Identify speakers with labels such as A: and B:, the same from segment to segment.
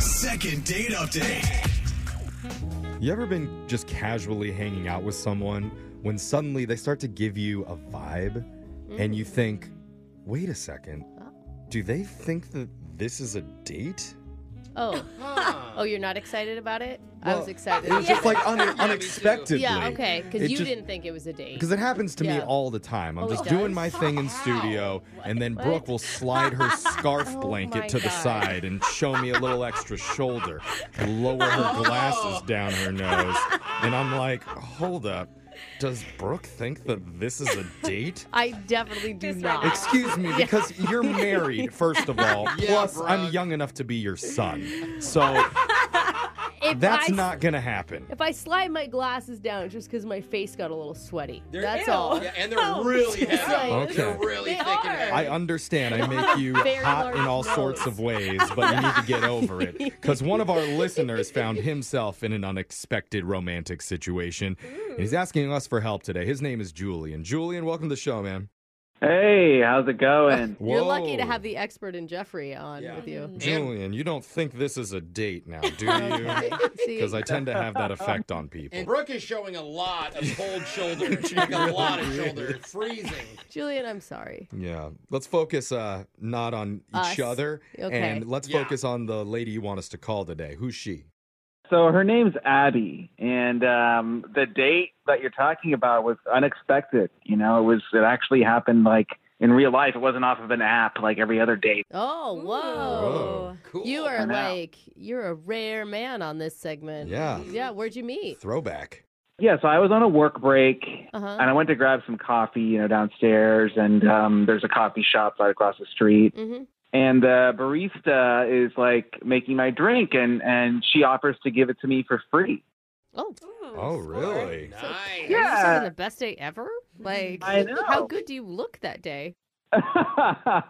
A: Second date update.
B: You ever been just casually hanging out with someone when suddenly they start to give you a vibe and
C: Mm.
B: you think, wait a second, do they think that this is a date?
C: Oh. oh, you're not excited about it? I was
B: Well,
C: excited.
B: It was just like un- unexpectedly.
C: yeah, okay. Because
B: It
C: you
B: just-
C: didn't think it was a date.
B: Because it happens to me
C: Yeah.
B: all the time. I'm
C: Oh,
B: just
C: it
B: doing
C: does?
B: my thing in studio, and then Brooke will slide her scarf blanket
C: Oh my
B: to the
C: God.
B: side and show me a little extra shoulder, lower
C: Oh.
B: her glasses down her nose. And I'm like, hold up. Does Brooke think that this is a date?
C: I definitely do not.
B: Excuse me, because you're married, first of all.
D: Yeah,
B: Plus, I'm
D: Brooke.
B: young enough to be your son. So
C: if
B: that's
C: I,
B: not going to happen.
C: If I slide my glasses down, it's just because my face got a little sweaty.
D: They're-
C: That's
D: Ew.
C: all.
D: Yeah, and they're really heavy.
C: Oh, like-
D: They're
B: Okay.
D: really
C: They
D: thick
C: are.
D: and heavy.
B: I understand I make you
C: Very
B: hot in
C: large
B: all sorts
C: nose.
B: of ways, but you need to get over it. Because one of our listeners found himself in an unexpected romantic situation. And
C: Mm.
B: he's asking us for help today. His name is Julian. Julian, welcome to the show, man.
E: Hey, how's it going?
C: You're
B: Whoa.
C: lucky to have the expert in Jeffrey on
D: Yeah.
C: with you.
B: Julian, you don't think this is a date now, do
C: Oh
B: you?
D: Mm-hmm.
C: See,
B: Because I tend to have that effect on people.
D: And Brooke is showing a lot of cold shoulder. like a lot of shoulder. Freezing.
B: Oh,
C: Julian, I'm sorry.
B: Yeah. Let's focus uh not on each
C: Us.
B: other
C: Okay.
B: and let's
D: Yeah.
B: focus on the lady you want us to call today. Who's she?
E: So her name's Abby, and um, the date that you're talking about was unexpected. You know, it was it actually happened like in real life. It wasn't off of an app like every other date.
C: Oh, whoa.
B: Whoa.
D: Cool.
C: You are
E: know.
C: like, you're a rare man on this segment.
B: Yeah.
C: Yeah, where'd you meet?
B: Throwback.
E: Yeah, so I was on a work break,
C: Uh-huh.
E: and I went to grab some coffee, you know, downstairs, and um, there's a coffee shop right across the street,
C: Mm-hmm.
E: and the barista is like making my drink, and and she offers to give it to me for free.
C: Oh,
B: Oh, really?
D: Nice.
C: Yeah. This
E: Yeah.
C: isn't the best day ever. Like,
E: I know.
C: how good do you look that day?
E: I,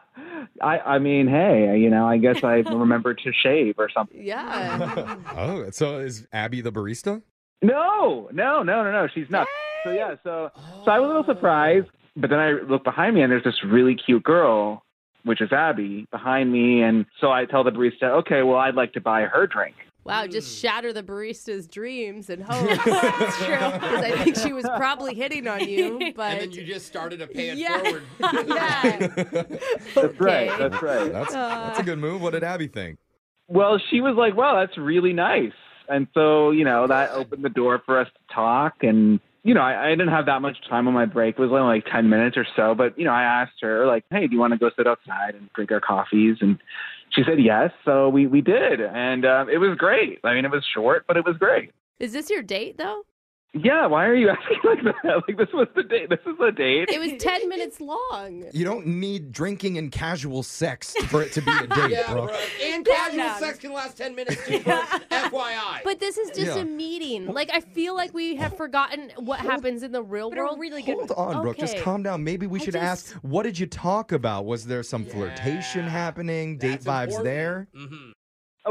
E: I mean, hey, you know, I guess I remember to shave or something.
C: Yeah.
B: Oh, so is Abby the barista?
E: No, no, no, no, no. She's not. So yeah, so so I was a little surprised, but then I look behind me and there's this really cute girl, which is Abby, behind me, and so I tell the barista, okay, well, I'd like to buy her drink.
C: Wow, just shatter the barista's dreams and hopes. Because I think she was probably hitting on you, Oh, but
D: And then you just started to pay it
C: Yeah.
D: forward.
C: yeah.
E: That's right.
C: Okay.
E: That's right.
B: That's that's a good move. What did Abby think?
E: Well, she was like, "Wow, that's really nice," and so you know that opened the door for us to talk. And you know, I, I didn't have that much time on my break; it was only like ten minutes or so. But you know, I asked her like, "Hey, do you want to go sit outside and drink our coffees?" And she said yes, so we we did, and um, it was great. I mean, it was short, but it was great.
C: Is this your date though?
E: Yeah, why are you asking like that? Like this was the date. This is the date.
C: It was ten minutes long.
B: You don't need drinking and casual sex for it to be a date,
D: Yeah,
B: Brooke.
D: Brooke. And casual
C: Yeah.
D: sex can last 10 minutes too, Brooke. FYI.
C: But this is just
B: Yeah.
C: a meeting. Like I feel like we have forgotten what happens in the real
F: But a
C: world.
F: really good
B: Hold on, Brooke. Just
C: Okay.
B: calm down. Maybe we
C: I
B: should
C: just-
B: ask, what did you talk about? Was there some flirtation
D: Yeah.
B: happening?
D: That's
B: Date vibes
D: important.
B: there?
D: Mhm.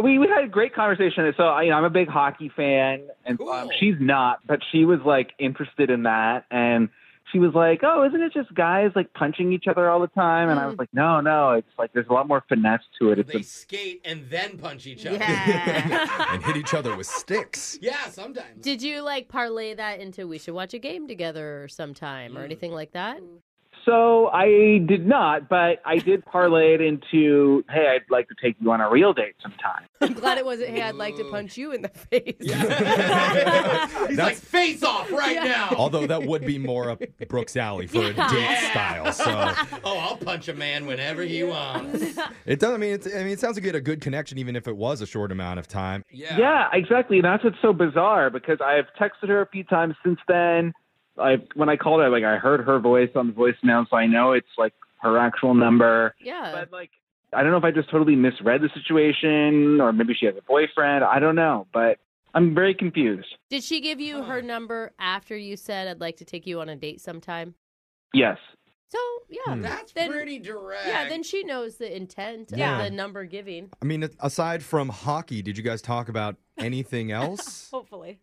E: we we had a great conversation. So I, you know, I'm a big hockey fan, and
D: Cool.
E: um, she's not, but she was like interested in that, and she was like, "Oh, isn't it just guys like punching each other all the time?" And I was like, "No, no, it's like there's a lot more finesse to it. It's
D: Mm. They
E: a,
D: skate and then punch each other.
C: Yeah.
B: and hit each other with sticks.
D: Yeah, sometimes.
C: Did you like parlay that into we should watch a game together sometime or anything like that?
E: so I did not, but I did parlay it into, "Hey, I'd like to take you on a real date sometime."
C: I'm glad it wasn't. Hey, I'd like to punch you in the face.
D: He's like, face off right now.
B: Although that would be more up Brooke's alley for a date style. So
D: oh, I'll punch a man whenever he wants.
B: it does. I mean, it's, I mean, it sounds like you had a good connection, even if it was a short amount of time.
D: Yeah.
E: Yeah, exactly. And that's what's so bizarre because I've texted her a few times since then. I when I called her, like I heard her voice on the voicemail, so I know it's like her actual number.
C: Yeah.
E: But like, I don't know if I just totally misread the situation, or maybe she has a boyfriend. I don't know, but I'm very confused.
C: Did she give you her number after you said I'd like to take you on a date sometime?
E: Yes.
C: So yeah,
B: Hmm.
D: That's
C: Then-
D: pretty direct.
C: yeah. Then she knows the intent
B: Yeah.
C: of the number giving.
B: I mean, aside from hockey, did you guys talk about anything else?
C: Oh,
F: Hopefully.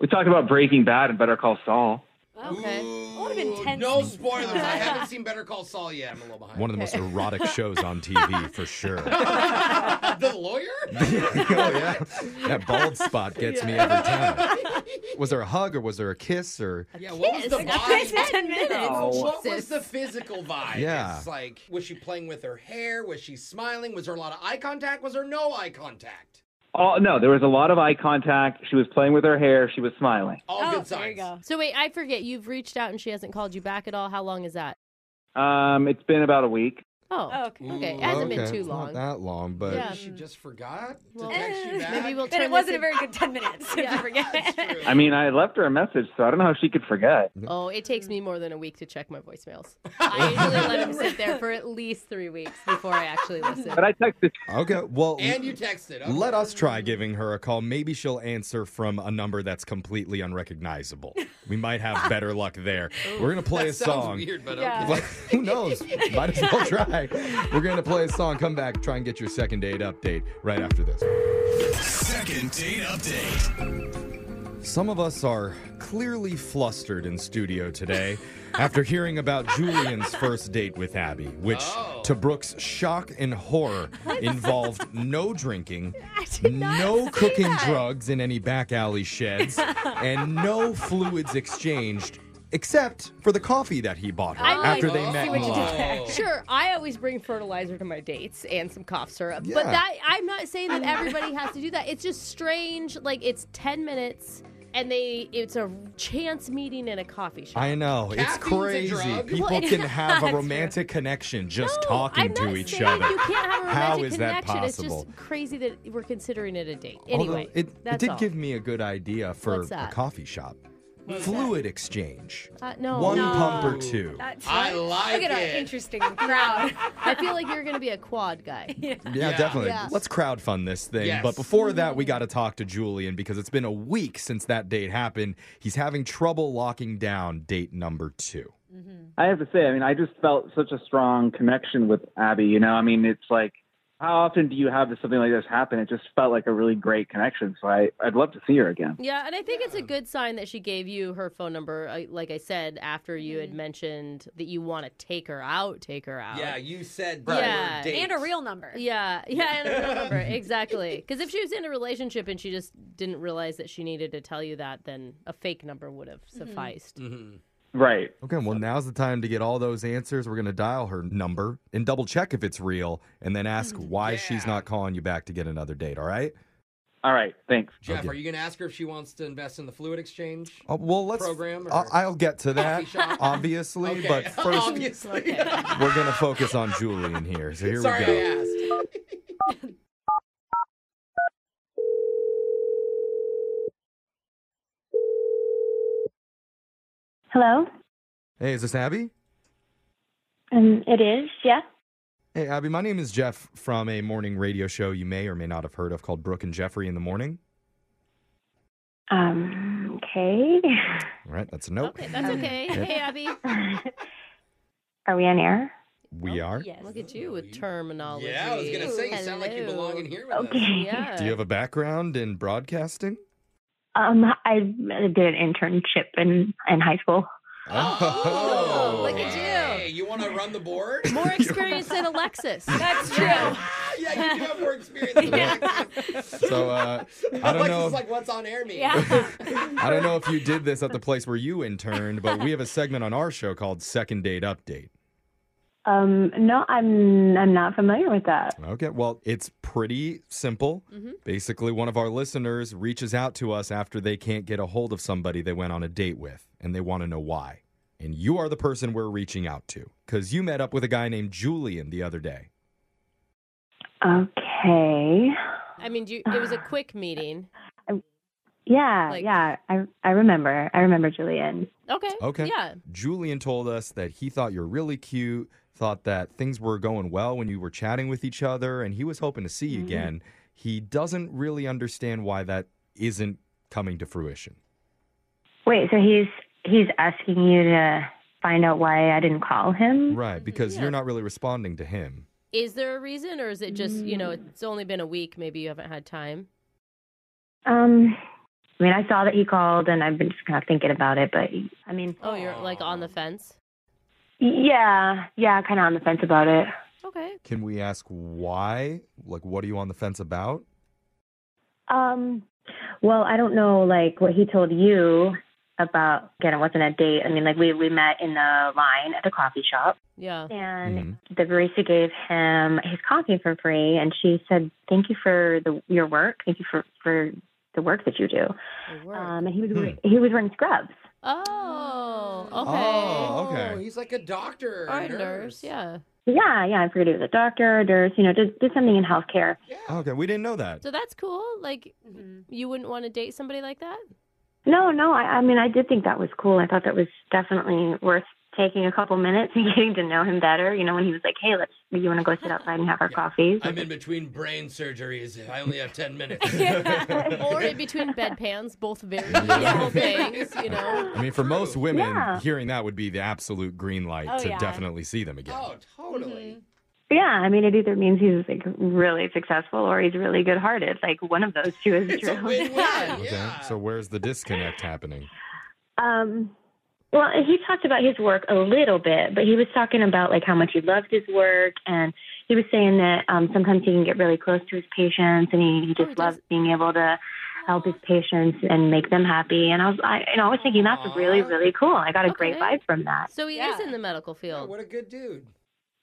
E: We talked about Breaking Bad and Better Call Saul.
C: Okay.
D: Ooh,
F: What an intense-
D: No spoilers. I haven't seen Better Call Saul yet. I'm a little behind.
B: One of the most erotic shows on TV for sure.
D: the lawyer?
B: oh yeah, that bald spot gets me every time. Was there a hug or was there a kiss or?
D: Yeah, what was the
C: Kiss. I
D: vibe?
C: kissed for 10 minutes.
E: No.
D: What was
C: Jesus.
D: the physical vibe?
B: Yeah.
D: It's like, was she playing with her hair? Was she smiling? Was there a lot of eye contact? Was there no eye contact?
E: Oh no, there was a lot of eye contact. She was playing with her hair. She was smiling.
D: All
C: Oh,
D: good signs.
C: there you go. So wait, I forget. You've reached out and she hasn't called you back at all. How long is that?
E: Um, it's been about a week.
C: Oh,
F: Oh, okay.
C: okay.
D: Ooh,
C: It hasn't
B: Mm, Okay,
C: been too
B: it's
C: long.
B: Not that long, but
C: Yeah.
D: Maybe she just forgot to
C: Um, Well,
D: text you back.
C: Maybe we'll
F: Then
C: turn
F: it wasn't
C: this
F: a very good 10 minutes. if you
C: Yeah.
F: forget.
D: That's true.
E: I mean, I left her a message, so I don't know how she could forget.
C: in- Oh, it takes me more than a week to check my voicemails. I usually let them sit there for at least three weeks before I actually listen.
E: But I texted.
B: okay. Well,
D: and you texted. Okay.
B: let us try giving her a call. Maybe she'll answer from a number that's completely unrecognizable. We might have better luck there. We're gonna play
D: that
B: a
D: sounds
B: song.
D: Weird, but
F: Yeah.
D: okay.
B: Like, who knows? Might as well try. We're going to play a song, come back, try and get your second date update right after this.
A: Second date update.
B: Some of us are clearly flustered in studio today after hearing about Julian's first date with Abby, which,
D: Oh.
B: to Brooke's shock and horror, involved no drinking, no cooking drugs in any back alley sheds, and no fluids exchanged. Except for the coffee that he bought her
C: I like
B: after they
C: to see
B: met
C: what you
B: in
C: did
B: Austin.
D: Oh.
C: Sure, I always bring fertilizer to my dates and some cough syrup.
B: Yeah.
C: But that I'm not saying that everybody has to do that. It's just strange. Like it's ten minutes and they it's a chance meeting in a coffee shop.
B: I know. It's
D: Caffeine's
B: crazy.
D: a drug.
B: People
C: Well, it-
B: can have
F: That's
B: a
F: true.
B: romantic connection just
C: No,
B: talking
C: I'm
B: to
C: not
B: each
C: saying
B: other.
C: You can't have a romantic
B: How is that
C: connection. It's
B: possible?
C: just crazy that we're considering it a date.
B: Although
C: Anyway,
B: it,
C: that's
B: it did
C: all.
B: give me a good idea for
C: What's
B: a
C: that?
B: coffee shop. Fluid exchange.
C: Uh, no,
B: One
C: no.
B: pump or two.
F: That's
D: I
F: right.
D: like
F: Look at
D: it.
F: our interesting crowd.
C: I feel like you're going to be a quad guy.
B: Yeah,
D: Yeah.
B: definitely.
C: Yeah.
B: Let's crowdfund this thing.
D: Yes.
B: But before that, we got to talk to Julian because it's been a week since that date happened. He's having trouble locking down date number two.
E: I have to say, I mean, I just felt such a strong connection with Abby. You know, I mean, it's like, how often do you have something like this happen? It just felt like a really great connection. So I, I'd love to see her again.
C: Yeah, and I think it's a good sign that she gave you her phone number. I- Like I said, after you had mentioned that you want to take her out, take her out.
D: Yeah, you said
C: Right.
D: the
C: Yeah.
D: word date.
F: and a real number.
C: Yeah, yeah, and a real number exactly. Because if she was in a relationship and she just didn't realize that she needed to tell you that, then a fake number would have
D: Mm-hmm.
C: sufficed.
E: Right.
B: Okay, well, now's the time to get all those answers. We're going to dial her number and double check if it's real and then ask why she's
D: Yeah.
B: not calling you back to get another date, all right?
E: All right. Thanks.
D: Jeff,
B: Okay.
D: are you going to ask her if she wants to invest in the fluid exchange?
B: Uh, well, let's.
D: Program
B: I-
D: or-
B: I'll get to that,
D: shop?
B: obviously,
D: Okay.
B: but first,
D: obviously.
B: we're going to focus on Julian here. So here
D: Sorry,
B: we go.
D: I asked.
G: Hello?
B: Hey, is this Abby?
G: Um, it is, yeah?
B: Hey, Abby, my name is Jeff from a morning radio show you may or may not have heard of called Brooke and Jeffrey in the Morning.
G: Um, okay.
B: All right, that's a nope.
C: Okay, that's okay. Hey, Abby,
G: Are we on air?
B: We are.
C: look at you with terminology.
D: Yeah, I was going to say, you sound like you belong in here with us.
G: Okay.
C: Yeah.
B: Do you have a background in broadcasting?
G: Um, I did an internship in, in high school.
C: Oh, look at you.
D: Hey, you want to run the board?
C: more experience than Alexis?
F: That's true.
D: yeah, you do have more experience than
F: Yeah.
D: Alexis.
B: So uh, I don't
D: Alexis
B: know.
D: is like, what's on air mean?
F: Yeah.
B: I don't know if you did this at the place where you interned, but we have a segment on our show called Second Date Update.
G: Um, no, I'm, I'm not familiar with that.
B: Okay, well, it's pretty simple. Basically, one of our listeners reaches out to us after they can't get a hold of somebody they went on a date with, and they want to know why. And you are the person we're reaching out to because you met up with a guy named Julian the other day.
G: Okay.
C: I mean, do you, it was a quick meeting.
G: Yeah,
C: Like-
G: yeah, I, I remember. I remember Julian.
C: Okay.
B: Okay.
C: Yeah.
B: Julian told us that he thought you're really cute, thought that things were going well when you were chatting with each other, and he was hoping to see you again. He doesn't really understand why that isn't coming to fruition.
G: Wait, so he's, he's asking you to find out why I didn't call him?
B: Right, because you're not really responding to him.
C: Is there a reason, or is it just you know
D: Mm.
C: it's only been a week? Maybe you haven't had time.
G: Um, I mean, I saw that he called and I've been just kind of thinking about it, but I mean,
C: Oh, you're like on the fence.
G: Yeah, yeah, kind of on the fence about it.
C: Okay.
B: Can we ask why? Like, what are you on the fence about?
G: Um, well, I don't know, like what he told you about. Again, it wasn't a date. I mean, like we we met in the line at the coffee shop,
C: Yeah.
G: and the barista gave him his coffee for free, and she said, "Thank you for the your work. Thank you for for the work that you do."
C: It worked.
G: Um, and he was wear- he was wearing scrubs.
C: oh. Okay.
B: Oh,
D: Oh,
B: okay.
D: he's like a doctor.
C: Or a nurse. Yeah.
G: Yeah, yeah. I forget he was a doctor, a nurse, you know, did did something in healthcare.
B: Okay, we didn't know that.
C: So that's cool. Like,
F: Mhm.
D: Mm-hmm.
C: you wouldn't want to date somebody like that?
G: No, no. I, I mean, I did think that was cool. I thought that was definitely worth taking a couple minutes and getting to know him better. You know, when he was like, "Hey, let's you want to go sit outside and have our coffees?"
D: I'm in between brain surgeries. I only have 10 minutes.
C: or in between bedpans, both very useful things, you know.
B: I mean, for most women,
G: Yeah.
B: hearing that would be the absolute green light
F: Oh,
B: to
F: yeah.
B: definitely see them again.
D: oh,
C: Mm-hmm.
D: totally.
G: yeah, I mean, it either means he's like really successful or he's really good-hearted. Like one of those two is
D: It's a
G: true.
D: win-win.
B: Okay,
D: Oh, yeah.
B: so where's the disconnect happening?
G: Um, well, he talked about his work a little bit, but he was talking about like how much he loved his work, and he was saying that um, sometimes he can get really close to his patients, and he, he
C: Oh,
G: just
C: he
G: loves
C: does.
G: being able to help his patients and make them happy. And I was, I, you know, I was thinking that's
D: Aw.
G: really, really cool. I got a great
C: Okay.
G: vibe from that.
C: So he is
F: Yeah.
C: in the medical
D: Yeah,
C: field.
D: what a good dude.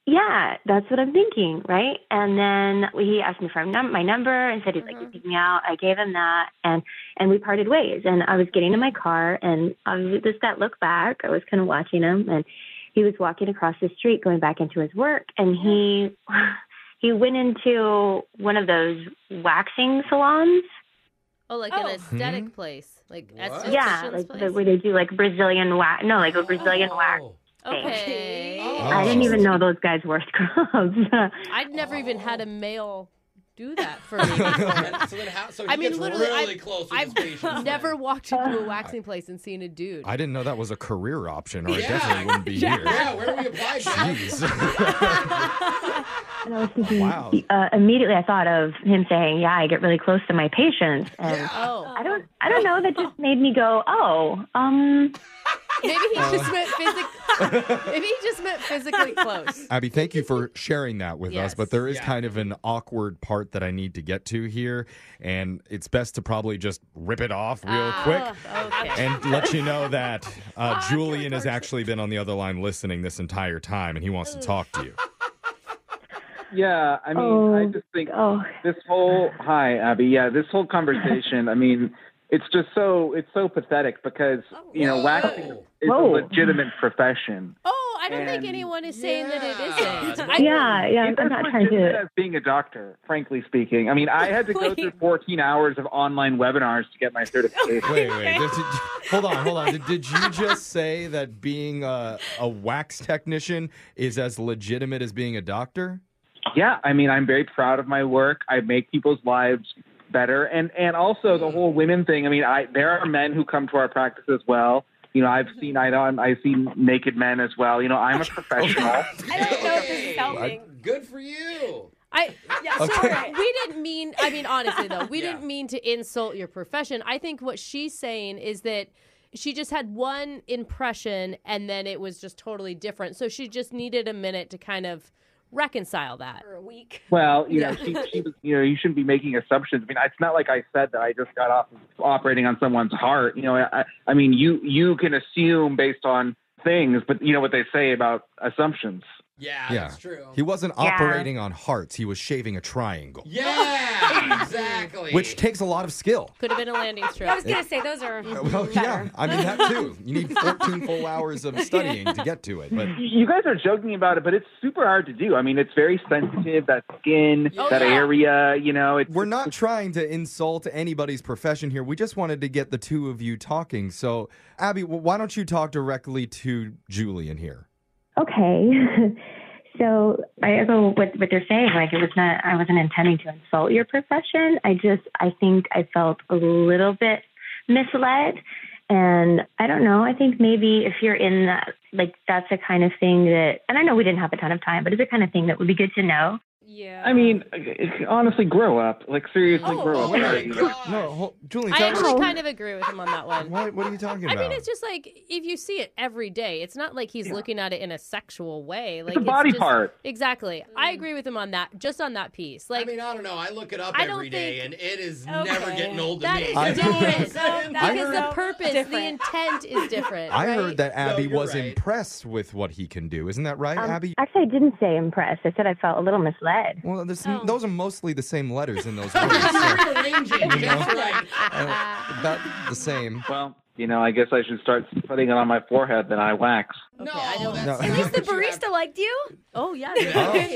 G: Yeah, that's what I'm thinking, right? And then he asked me for my num- my number and said he'd like to
D: Mm-hmm.
G: pick me out. I gave him that, and and we parted ways. And I was getting in my car, and I just that look back. I was kind of watching him, and he was walking across the street, going back into his work, and he
D: Mm-hmm.
G: he went into one of those waxing salons.
C: Oh, like an
F: Oh.
C: aesthetic
B: Hmm?
C: place, like
D: What?
C: esthetician's
G: Yeah, like
C: place.
G: the, where they do like Brazilian wax. No, like a Brazilian wax.
D: Oh.
C: okay.
D: Oh.
G: I didn't even know those guys wore scrubs.
C: I'd never even had a male do that for me. before.
D: And so then how, so he
C: I mean,
D: gets
C: literally,
D: really
C: I've-
D: close with his patients.
C: I've
D: then.
C: never walked into a waxing place and seen a dude.
B: I didn't know that was a career option, or I
D: Yeah.
B: definitely wouldn't be
D: Yeah, where do we apply that?
B: here. Jeez.
G: And I was thinking,
B: Wow.
G: uh, immediately I thought of him saying, "Yeah, I get really close to my patients." And
C: oh,
G: I don't, I don't know. That just made me go, "Oh, um,
C: maybe he just meant physically. maybe he just meant physically close.
B: Abby, thank you for sharing that with us,
C: Yes.
B: but there is
D: Yeah.
B: kind of an awkward part that I need to get to here, and it's best to probably just rip it off real
C: Ah,
B: quick.
C: Okay.
B: And let you know that uh, Julian has actually been on the other line listening this entire time, and he wants to talk to you.
E: Yeah, I mean, I
G: Oh,
E: just think
G: oh,
E: this whole hi Abby, yeah, this whole conversation. I mean, it's just so it's so pathetic because you know waxing
D: Whoa.
E: is
G: Oh, Whoa.
E: a legitimate profession.
C: Oh, I don't think
E: And-
C: anyone is saying that it
D: Yeah.
C: isn't.
D: No.
C: I,
G: yeah, yeah." I'm
E: It's as
G: not trying
E: legitimate
G: to.
E: as being a doctor, frankly speaking. I mean, I had to go through 14 hours of online webinars to get my certification.
B: Wait, wait. Did, did- hold on, hold on. Did, did you just say that being a, a wax technician is as legitimate as being a doctor?
E: yeah, I mean, I'm very proud of my work. I make people's lives better, and and also the whole women thing. I mean, I there are men who come to our practice as well. You know, I've seen I don't I see naked men as well. You know, I'm a professional.
F: I don't know if this is helping.
D: Good for you.
C: I,
F: Yeah,
B: Okay.
F: sure.
C: we didn't mean i mean honestly though we
D: Yeah.
C: didn't mean to insult your profession i think what she's saying is that she just had one impression and then it was just totally different so she just needed a minute to kind of reconcile that
F: For a week.
E: Well, you know, she,
C: Yeah.
E: she was, you know, you shouldn't be making assumptions. I mean, it's not like I said that I just got off of operating on someone's heart. You know, I, I mean, you you can assume based on things, but you know what they say about assumptions.
D: Yeah,
B: Yeah.
D: that's true.
B: He wasn't
G: Yeah.
B: operating on hearts, he was shaving a triangle,
D: yeah, exactly.
B: which takes a lot of skill.
C: could have been a landing
F: I
C: strip
F: was gonna say those are
B: Well, yeah,
F: better.
B: I mean, that too. You need 14 full hours of studying to get to it. But
E: You guys are joking about it, but it's super hard to do. I mean, it's very sensitive that skin,
D: Oh,
E: that
D: yeah.
E: area. You know, it's
B: we're not trying to insult anybody's profession here. We just wanted to get the two of you talking. So, Abby, w- why don't you talk directly to Julian here?
G: Okay, so I echo what what they're saying. Like it was not, I wasn't intending to insult your profession. I just, I think I felt a little bit misled. And I don't know. I think maybe if you're in that, like that's the kind of thing that, and I know we didn't have a ton of time, but it's the kind of thing that would be good to know.
F: Yeah.
E: I mean, honestly, grow up. Like seriously,
C: Oh,
E: grow
C: oh
E: up.
C: my
E: already.
B: No, hold, Julie,
C: I
B: tell
C: actually
B: me-
C: kind of agree with him on that one.
B: Why, what are you talking
C: I
B: about?
C: mean, it's just like if you see it every day, it's not like he's looking at it in a sexual way. Like
E: a body
C: just-
E: part.
C: Exactly. I agree with him on that. Just on that piece, like
D: I mean, I don't know. I look it up
C: I don't
D: every day,
C: think-
D: and it is
F: Okay.
D: never getting old to
C: that
D: me.
C: is
B: I-
C: different
B: I
C: because the
B: heard-
C: purpose, the
F: Different.
C: intent is different.
B: I
C: right?
B: heard that Abby
D: you're
B: was
D: right.
B: impressed with what he can do. Isn't that right,
G: Um,
B: Abby?
G: Actually, I didn't say impressed. I said I felt a little misled.
B: Well, this,
F: Oh.
B: those are mostly the same letters in those words. so,
D: Rearranging, just right.
B: uh, about the same.
E: Well, you know, I guess I should start putting it on my forehead. Then I wax.
D: No,
C: I don't-
D: that's
B: No.
D: not
B: At
F: At least the
D: what you have-
F: barista liked you.
C: Oh yeah.
D: That's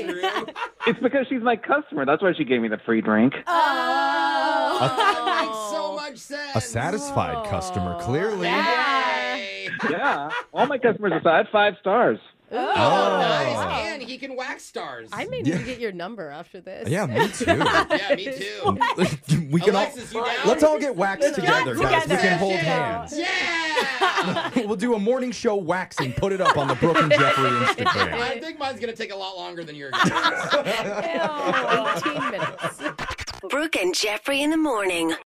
D: true.
E: It's because she's my customer. That's why she gave me the free drink.
F: Uh. Oh.
D: That makes so
C: Oh.
D: much sense.
B: A satisfied customer, clearly.
D: Yay.
E: yeah, all my customers are. I had five stars.
B: Oh.
D: Nice. And he can wax stars.
C: I may need to get your number after this.
B: Yeah, me too.
D: yeah, me too.
B: we can all,
D: Alexis, you down?
B: let's all get waxed together, guys. We
F: together.
B: can hold
D: Yeah.
B: hands.
D: Yeah.
B: We'll do a morning show waxing. Put it up on the Brooke and Jeffrey Instagram.
D: I think mine's gonna take a lot longer than yours. is.
F: Ew.
C: 18 minutes.
H: Brooke and Jeffrey in the morning.